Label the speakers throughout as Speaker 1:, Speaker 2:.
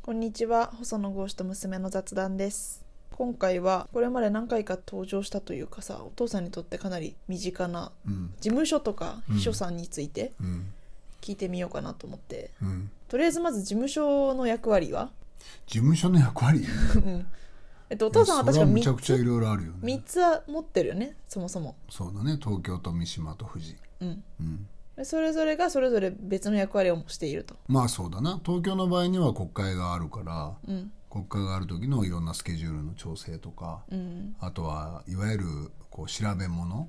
Speaker 1: こんにちは細野豪志と娘の雑談です今回はこれまで何回か登場したというかさお父さんにとってかなり身近な
Speaker 2: うん
Speaker 1: 事務所とか
Speaker 2: うん
Speaker 1: 秘書さんについて
Speaker 2: うん
Speaker 1: 聞いてみようかなと思って、
Speaker 2: うん
Speaker 1: とりあえずまず事務所の役割は
Speaker 2: 事務所の役割
Speaker 1: うんえっ とお父さんは確
Speaker 2: そ
Speaker 1: か
Speaker 2: れむちゃ
Speaker 1: 3
Speaker 2: くちゃいろいろあるよ
Speaker 1: つ三
Speaker 2: ね
Speaker 1: つは持ってるよねそもそも
Speaker 2: そうだね東京と三島と富士
Speaker 1: うん
Speaker 2: うん
Speaker 1: でそれぞれがそれぞれ別の役割をしていると
Speaker 2: まあそうだな東京の場合には国会があるから
Speaker 1: うん
Speaker 2: 国会がある時のいろんなスケジュールの調整とか
Speaker 1: うん
Speaker 2: あとはいわゆるこう調べ物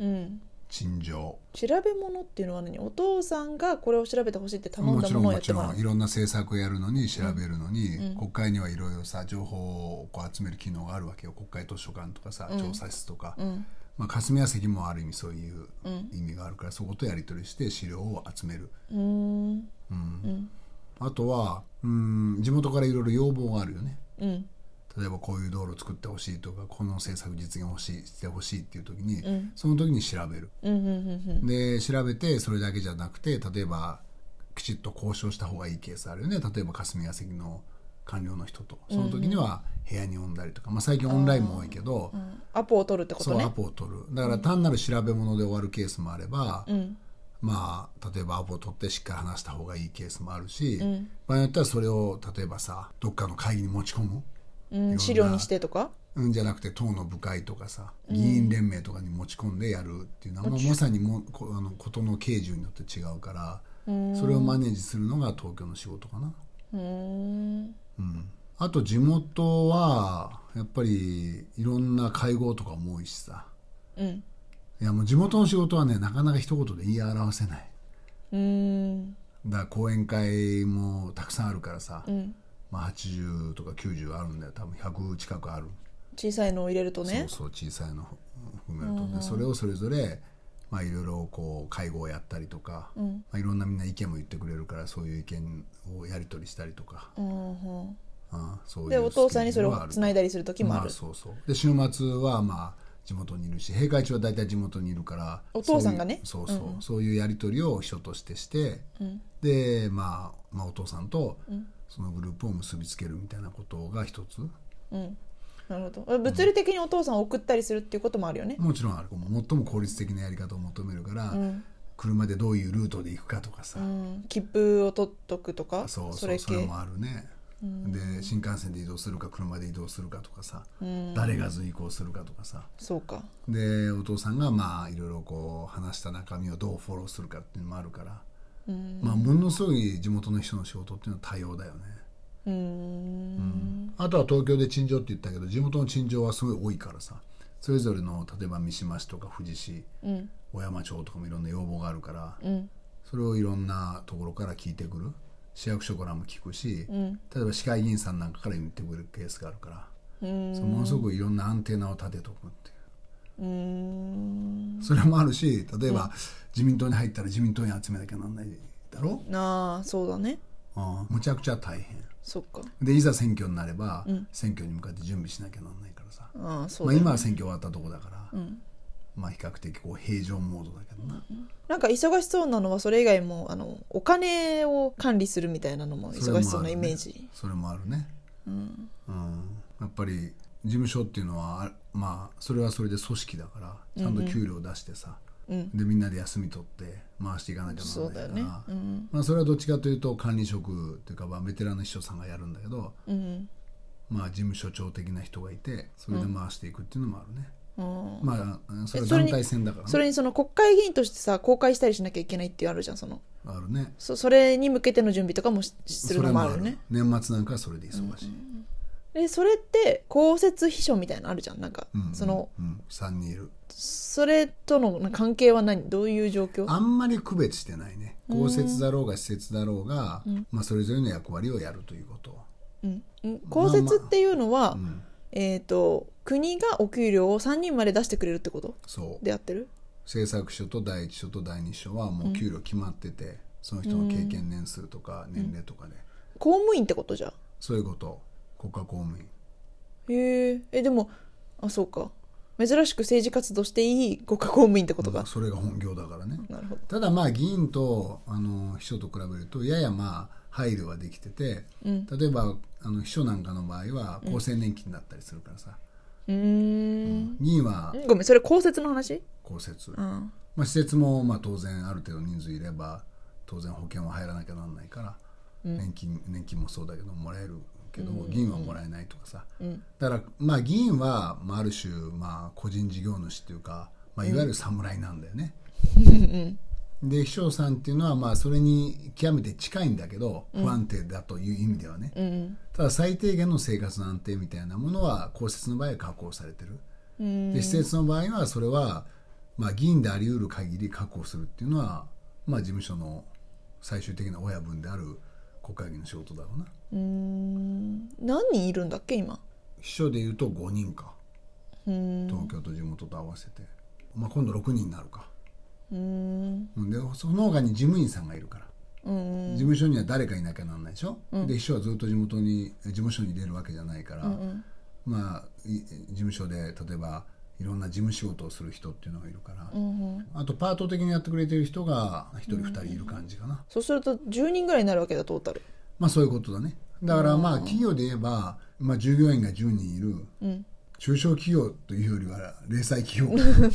Speaker 1: うん
Speaker 2: 陳情
Speaker 1: 調べ物っていうのは何お父さんがこれを調べてほしいって頼ん
Speaker 2: も
Speaker 1: だ
Speaker 2: ち
Speaker 1: も
Speaker 2: ろん
Speaker 1: のを
Speaker 2: も
Speaker 1: やっ
Speaker 2: ち
Speaker 1: てもら
Speaker 2: ろ
Speaker 1: うん
Speaker 2: いろんな政策やるのに調べるのに、
Speaker 1: うん
Speaker 2: 国会にはいろいろさ情報をこう集める機能があるわけよ国会図書館とかさ
Speaker 1: うん
Speaker 2: 調査室とか、
Speaker 1: うん
Speaker 2: まあ、霞が関もある意味そういう
Speaker 1: うん
Speaker 2: 意味があるから、そことやり取りして資料を集める、
Speaker 1: うーん
Speaker 2: うん
Speaker 1: うん
Speaker 2: あとはうん地元からいろいろ要望があるよね
Speaker 1: うん
Speaker 2: 例えばこういう道路作ってほしいとかこの政策実現ほしいしてほしいっていう時に、
Speaker 1: うん
Speaker 2: その時に調べる
Speaker 1: うんうんうん
Speaker 2: で調べてそれだけじゃなくて例えばきちっと交渉した方がいいケースあるよね例えば霞が関の官僚の人とその時には部屋に呼んだりとか、まあ、最近オンラインも多いけど、
Speaker 1: うんうんアポを取るってこ
Speaker 2: そ
Speaker 1: と
Speaker 2: うア
Speaker 1: ね
Speaker 2: ポを取るだから単なる調べ物で終わるケースもあれば、
Speaker 1: うん
Speaker 2: まあ例えばアポを取ってしっかり話した方がいいケースもあるし、
Speaker 1: ん
Speaker 2: 場合によってはそれを例えばさどっかの会議に持ち込む
Speaker 1: うん資料にしてとか
Speaker 2: うんじゃなくて党の部会とかさ議員連盟とかに持ち込んでやるっていうのは、もうまさにもこあのことの形状によって違うから、
Speaker 1: うん
Speaker 2: それをマネージするのが東京の仕事かな。
Speaker 1: うーん
Speaker 2: うん、あと地元はやっぱりいろんな会合とかも多いしさ
Speaker 1: うん
Speaker 2: いやもう地元の仕事はねなかなか一言で言い表せないう
Speaker 1: ーん
Speaker 2: だから講演会もたくさんあるからさ、
Speaker 1: うん
Speaker 2: まあ、80とか90あるんだよ多分100近くある、
Speaker 1: 小さいのを入れるとね
Speaker 2: そうそう小さいの含めると、ねそれをそれぞれまあいろいろこう会合をやったりとか、
Speaker 1: うん
Speaker 2: まあ、いろんなみんな意見も言ってくれるからそういう意見をやり取りしたりとか、
Speaker 1: うんうん
Speaker 2: うんそういう
Speaker 1: でお父さんにそれをつないいだりする時もあ
Speaker 2: まあ、
Speaker 1: る
Speaker 2: そうそうで週末はまあ地元にいるし閉会中は大体地元にいるから
Speaker 1: お父さんがね
Speaker 2: そういうそうそう、そういうやり取りを秘書としてして、
Speaker 1: うん
Speaker 2: で、まあ、まあお父さんと
Speaker 1: ん
Speaker 2: そのグループを結びつけるみたいなことが一つ
Speaker 1: うんなるほど物理的にお父さんを送ったりするっていうこともあるよね
Speaker 2: もちろんある最も効率的なやり方を求めるから、
Speaker 1: うん
Speaker 2: 車でどういうルートで行くかとかさ、
Speaker 1: うん切符を取っとくとか
Speaker 2: そう
Speaker 1: そ
Speaker 2: そう
Speaker 1: れ
Speaker 2: それ
Speaker 1: 系
Speaker 2: もあるね、で新幹線で移動するか車で移動するかとかさ、
Speaker 1: うん
Speaker 2: 誰が随行するかとかさ
Speaker 1: そうか
Speaker 2: でお父さんがまあいろいろこう話した中身をどうフォローするかっていうのもあるから、
Speaker 1: うん
Speaker 2: まあものすごい地元の人の仕事っていうのは多様だよね、
Speaker 1: うーん
Speaker 2: あとは東京で陳情って言ったけど地元の陳情はすごい多いからさそれぞれの例えば三島市とか富士市
Speaker 1: うん
Speaker 2: 小山町とかもいろんな要望があるから
Speaker 1: うん
Speaker 2: それをいろんなところから聞いてくる市役所からも聞くし、
Speaker 1: うん
Speaker 2: 例えば市会議員さんなんかから言ってくるケースがあるから、
Speaker 1: うーん
Speaker 2: そのものすごくいろんなアンテナを立てとくってい
Speaker 1: う
Speaker 2: う
Speaker 1: ーん
Speaker 2: それもあるし例えば、自民党に入ったら自民党に集めなきゃなんないだろ、
Speaker 1: ああそうだね
Speaker 2: うんむちゃくちゃ大変
Speaker 1: そっか
Speaker 2: でいざ選挙になれば、
Speaker 1: うん
Speaker 2: 選挙に向かって準備しなきゃなんないからさ、
Speaker 1: ああそう
Speaker 2: ま
Speaker 1: だ
Speaker 2: あ、
Speaker 1: ね
Speaker 2: 今は選挙終わったとこだから、
Speaker 1: ん
Speaker 2: まあ比較的こう平常モードだけどな、
Speaker 1: なんか忙しそうなのはそれ以外もあのお金を管理するみたいなのも
Speaker 2: れもあるね
Speaker 1: 忙しそうなイメージ
Speaker 2: それもあるね、
Speaker 1: うん
Speaker 2: うん、やっぱり事務所っていうのはあまあそれはそれで組織だからちゃんと給料出してさ、
Speaker 1: うん
Speaker 2: でみんなで休み取って回していかなきゃ
Speaker 1: そ
Speaker 2: な
Speaker 1: うだ
Speaker 2: ら
Speaker 1: よ
Speaker 2: ないか
Speaker 1: ね
Speaker 2: ら、
Speaker 1: うん
Speaker 2: まあ、それはどっちかというと管理職というかまあベテランの秘書さんがやるんだけど、
Speaker 1: うん
Speaker 2: まあ、事務所長的な人がいてそれで回していくっていうのもあるね、
Speaker 1: うん
Speaker 2: まあそれは
Speaker 1: えそれ
Speaker 2: 団
Speaker 1: に
Speaker 2: 体戦だから、ね、
Speaker 1: それにその国会議員としてさ公開したりしなきゃいけないっていうあるじゃんその
Speaker 2: あるね
Speaker 1: そそれに向けての準備とかもしするのもあるよね
Speaker 2: それもある年末なんかはそれで忙しい、
Speaker 1: でそれって公設秘書みたいなのあるじゃんなんか、
Speaker 2: うん
Speaker 1: その、
Speaker 2: うん、3人いる
Speaker 1: それとの関係は何どういう状況
Speaker 2: あんまり区別してないね公設だろうが施設だろうが、まあ、それぞれの役割をやるということ、
Speaker 1: うん、公設っていうのは、
Speaker 2: うん、
Speaker 1: えっ、と国がお給料を3人まで出してくれるってこと
Speaker 2: そう
Speaker 1: でやってる
Speaker 2: 政策書と第一書と第二書はもう給料決まってて、その人の経験年数とか年齢とかで、
Speaker 1: 公務員ってことじゃ
Speaker 2: そういうこと国家公務員
Speaker 1: へええでもあそうか珍しく政治活動していい国家公務員ってこと
Speaker 2: うん
Speaker 1: か、
Speaker 2: それが本業だからね、
Speaker 1: なるほど
Speaker 2: ただまあ議員とあの秘書と比べるとややまあ配慮はできてて、
Speaker 1: うん
Speaker 2: 例えばあの秘書なんかの場合は厚生年金だったりするからさ、
Speaker 1: うーん
Speaker 2: 2位は
Speaker 1: ごめんそれ公設の話
Speaker 2: 公設、
Speaker 1: うん
Speaker 2: まあ、施設もまあ当然ある程度人数いれば当然保険は入らなきゃなんないから、年金年金もそうだけどもらえるけど、議員はもらえないとかさ、
Speaker 1: うん
Speaker 2: だからまあ議員は、まあ、ある種、まあ、個人事業主っていうか、まあ、いわゆる侍なんだよね。で秘書さんっていうのはまあそれに極めて近いんだけど不安定だという意味ではね、
Speaker 1: うん
Speaker 2: ただ最低限の生活の安定みたいなものは公設の場合は確保されてる、
Speaker 1: うん
Speaker 2: で施設の場合はそれは、まあ、議員であり得る限り確保するっていうのは、まあ、事務所の最終的な親分である国会議員の仕事だろうな
Speaker 1: うーん何人いるんだっけ今
Speaker 2: 秘書でいうと5人か
Speaker 1: うーん
Speaker 2: 東京と地元と合わせて、まあ、今度6人になるか
Speaker 1: うーん
Speaker 2: うんでその他に事務員さんがいるから
Speaker 1: うん
Speaker 2: 事務所には誰かいなきゃなんないでしょ、で秘書はずっと地元にえ事務所に出るわけじゃないから、まあい事務所で例えばいろんな事務仕事をする人っていうのがいるから、あとパート的にやってくれてる人が1人2人いる感じかな、
Speaker 1: そうすると10人ぐらいになるわけだトータル
Speaker 2: まあそういうことだねだからまあ企業で言えば、まあ、従業員が10人いる、
Speaker 1: ん
Speaker 2: 中小企業というよりは零細企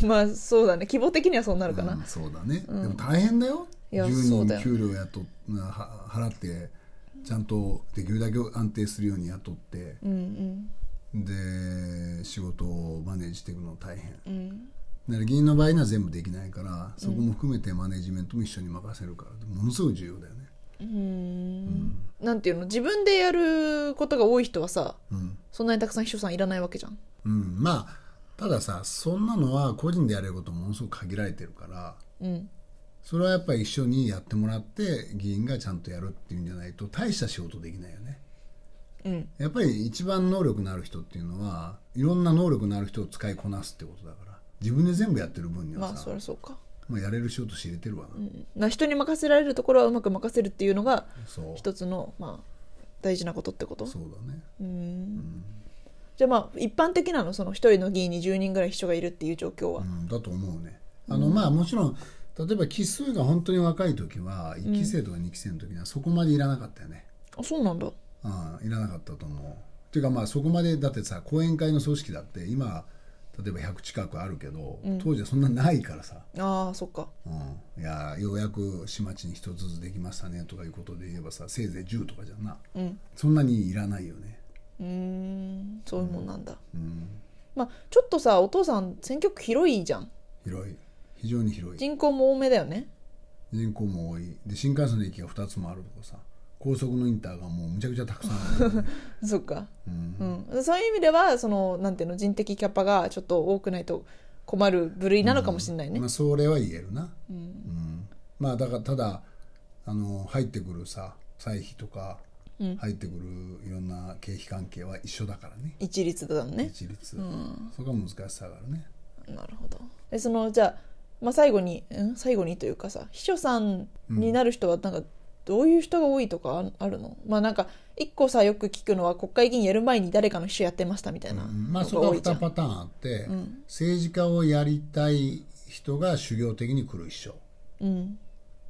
Speaker 2: 業
Speaker 1: まあそうだね規模的にはそうなるかな、
Speaker 2: うんそうだね、でも大変だよ
Speaker 1: いやそ
Speaker 2: 10
Speaker 1: うだ
Speaker 2: 人
Speaker 1: よ
Speaker 2: 給料やとは払ってちゃんとできるだけ安定するように雇って、
Speaker 1: うん
Speaker 2: で仕事をマネージしていくの大変
Speaker 1: うんうん
Speaker 2: だから議員の場合には全部できないからそこも含めてマネージメントも一緒に任せるからものすごい重要だよね、
Speaker 1: うーんなんていうの自分でやることが多い人はさ
Speaker 2: うん
Speaker 1: そんなにたくさん秘書さんいらないわけじゃん
Speaker 2: うん、まあたださそんなのは個人でやれることもものすごく限られてるから
Speaker 1: うん
Speaker 2: それはやっぱり一緒にやってもらって議員がちゃんとやるっていうんじゃないと大した仕事できないよね
Speaker 1: うん
Speaker 2: やっぱり一番能力のある人っていうのはいろんな能力のある人を使いこなすってことだから自分で全部やってる分には
Speaker 1: ま
Speaker 2: さ、
Speaker 1: あ
Speaker 2: ま
Speaker 1: そりゃそうか
Speaker 2: あやれる仕事知れてるわな、
Speaker 1: な人に任せられるところはうまく任せるっていうのが
Speaker 2: そう
Speaker 1: 一つの、まあ、大事なことってこと
Speaker 2: そうだね
Speaker 1: うーんじゃあまあ一般的なのその一人の議員に10人ぐらい秘書がいるっていう状況は
Speaker 2: うん、だと思うね。あの、まあもちろん例えば奇数が本当に若い時は1期生とか2期生の時にはそこまでいらなかったよね。
Speaker 1: あそうなんだ
Speaker 2: うん、いらなかったと思う。っていうかまあそこまでだってさ講演会の組織だって今例えば100近くあるけど、当時はそんなないからさ、
Speaker 1: ああそっか
Speaker 2: うん、いやようやく市町に一つずつできましたねとかいうことで言えばさせいぜい10とかじゃんな、
Speaker 1: うん
Speaker 2: そんなにいらないよね。
Speaker 1: うーんそういうもんなんだ、
Speaker 2: うん、
Speaker 1: まあちょっとさお父さん選挙区広いじゃん
Speaker 2: 広い非常に広い。
Speaker 1: 人口も多めだよね
Speaker 2: 人口も多いで新幹線の駅が2つもあるとかさ高速のインターがもうむちゃくちゃたくさんあ る、
Speaker 1: そっか、
Speaker 2: うん
Speaker 1: うん、そういう意味ではそのなんていうの人的キャパがちょっと多くないと困る部類なのかもしれないね
Speaker 2: まあ、それは言えるな、うんまあだからただあの入ってくるさ歳費とか、入ってくるいろんな経費関係は一緒だからね
Speaker 1: 一律だもんね
Speaker 2: 一律、そこが難しさがあるね
Speaker 1: なるほどでそのじゃあ,、まあ最後に、うん、最後にというかさ秘書さんになる人はなんかどういう人が多いとかああるの、まあなんか一個さよく聞くのは国会議員やる前に誰かの秘書やってましたみたいな
Speaker 2: うんまあ
Speaker 1: の
Speaker 2: そ
Speaker 1: が多
Speaker 2: こはい
Speaker 1: じゃ
Speaker 2: 2
Speaker 1: ん、
Speaker 2: パターンあって、政治家をやりたい人が修行的に来る秘書
Speaker 1: うん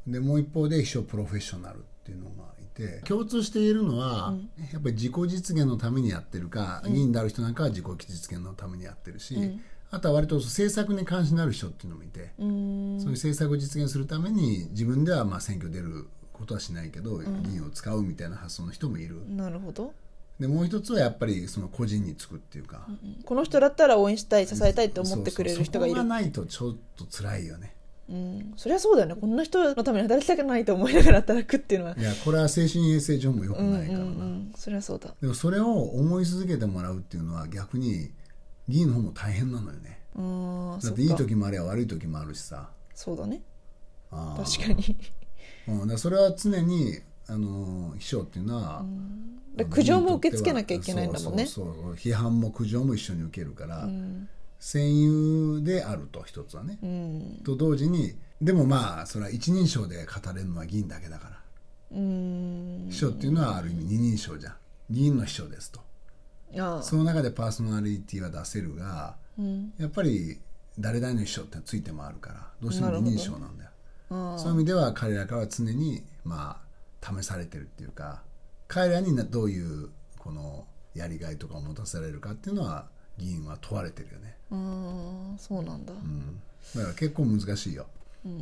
Speaker 2: でもう一方で秘書プロフェッショナルっていうのがいて共通しているのは、やっぱり自己実現のためにやってるか、議員である人なんかは自己実現のためにやってるし、あとは割と政策に関心のある人っていうのもいて、
Speaker 1: うーん
Speaker 2: そういう政策を実現するために自分ではまあ選挙出ることはしないけど、議員を使うみたいな発想の人もいる
Speaker 1: なるほど、
Speaker 2: でもう一つはやっぱりその個人につくっていうか、
Speaker 1: うんこの人だったら応援したい支えたいって思ってくれる人がいる
Speaker 2: そううそうそこがないとちょっと辛いよね
Speaker 1: んそりゃそうだよねこんな人のために働きたくないと思いながら働くっていうのはい
Speaker 2: やこれは精神衛生上も良く
Speaker 1: うんう
Speaker 2: なんいか
Speaker 1: う
Speaker 2: らな、
Speaker 1: んそりゃそうだ
Speaker 2: でもそれを思い続けてもらうっていうのは逆に議員の方も大変なのよね
Speaker 1: うーん
Speaker 2: だ
Speaker 1: そ
Speaker 2: っ
Speaker 1: って
Speaker 2: いい
Speaker 1: か
Speaker 2: 時もあれば悪い時もあるしさ
Speaker 1: そうだね
Speaker 2: あー
Speaker 1: 確かに
Speaker 2: うん、だからそれは常にあのー秘書っていうのは、
Speaker 1: で
Speaker 2: あの
Speaker 1: 苦情も受け付けなきゃいけないんだもんね
Speaker 2: そうそうそう批判も苦情も一緒に受けるから、
Speaker 1: うん
Speaker 2: 戦友であると一つはね、
Speaker 1: うん
Speaker 2: と同時にでもまあそれは一人称で語れるのは議員だけだから、
Speaker 1: うん
Speaker 2: 秘書っていうのはある意味二人称じゃん議員の秘書ですと
Speaker 1: ああ
Speaker 2: その中でパーソナリティは出せるが、
Speaker 1: うん
Speaker 2: やっぱり誰々の秘書ってついて回るからどうしても二人称なんだよ、
Speaker 1: あ
Speaker 2: そういう意味では彼らからは常にまあ試されてるっていうか彼らになどういうこのやりがいとかを持たせられるかっていうのは議員は問われてるよね、
Speaker 1: うんそうなんだ、
Speaker 2: うん、だから結構難しいよ、
Speaker 1: うん
Speaker 2: う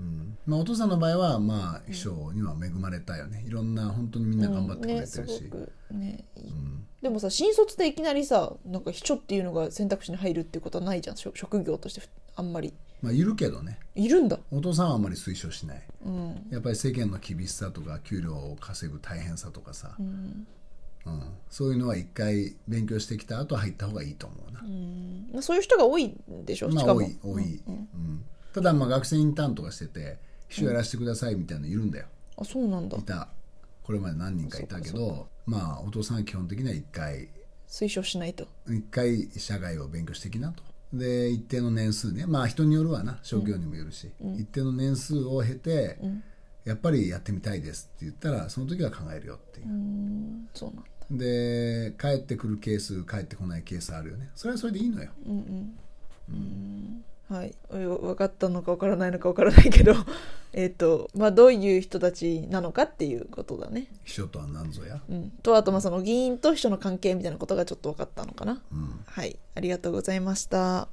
Speaker 2: んまあ、お父さんの場合はまあ秘書には恵まれたよねいろんな本当にみんな頑張ってくれてるし、
Speaker 1: ね、すごくねいい
Speaker 2: うん
Speaker 1: でもさ新卒でいきなりさなんか秘書っていうのが選択肢に入るっていうことはないじゃん職職業としてあんまり
Speaker 2: まあ、いるけどね
Speaker 1: いるんだ
Speaker 2: お父さんはあんまり推奨しない
Speaker 1: うん
Speaker 2: やっぱり世間の厳しさとか給料を稼ぐ大変さとかさ、
Speaker 1: うん、
Speaker 2: うん、そういうのは一回勉強してきた後入った方がいいと思うな
Speaker 1: うんまあ、そういう人が多いんでしょ、
Speaker 2: ま
Speaker 1: し
Speaker 2: あ
Speaker 1: か
Speaker 2: 多
Speaker 1: も
Speaker 2: い多い、うんただまあ学生インターンとかしてて秘書やらせてくださいみたいなのいるんだよ、
Speaker 1: あそうなんだ
Speaker 2: いたこれまで何人かいたけどまあお父さんは基本的には一回
Speaker 1: 推奨しないと
Speaker 2: 一回社外を勉強してきなとで一定の年数ねまあ人によるわな職業にもよるし、一定の年数を経て、やっぱりやってみたいですって言ったらその時は考えるよっていう
Speaker 1: う、んそうなんだ
Speaker 2: で帰ってくるケース帰ってこないケースあるよねそれはそれでいいのよ
Speaker 1: うんうんはい、分かったのか分からないのか分からないけど えっとまあどういう人たちなのかっていうことだね、
Speaker 2: 秘書とは何ぞや
Speaker 1: うん、とあとまあその議員と秘書の関係みたいなことがちょっと分かったのかな、
Speaker 2: うん
Speaker 1: はいありがとうございました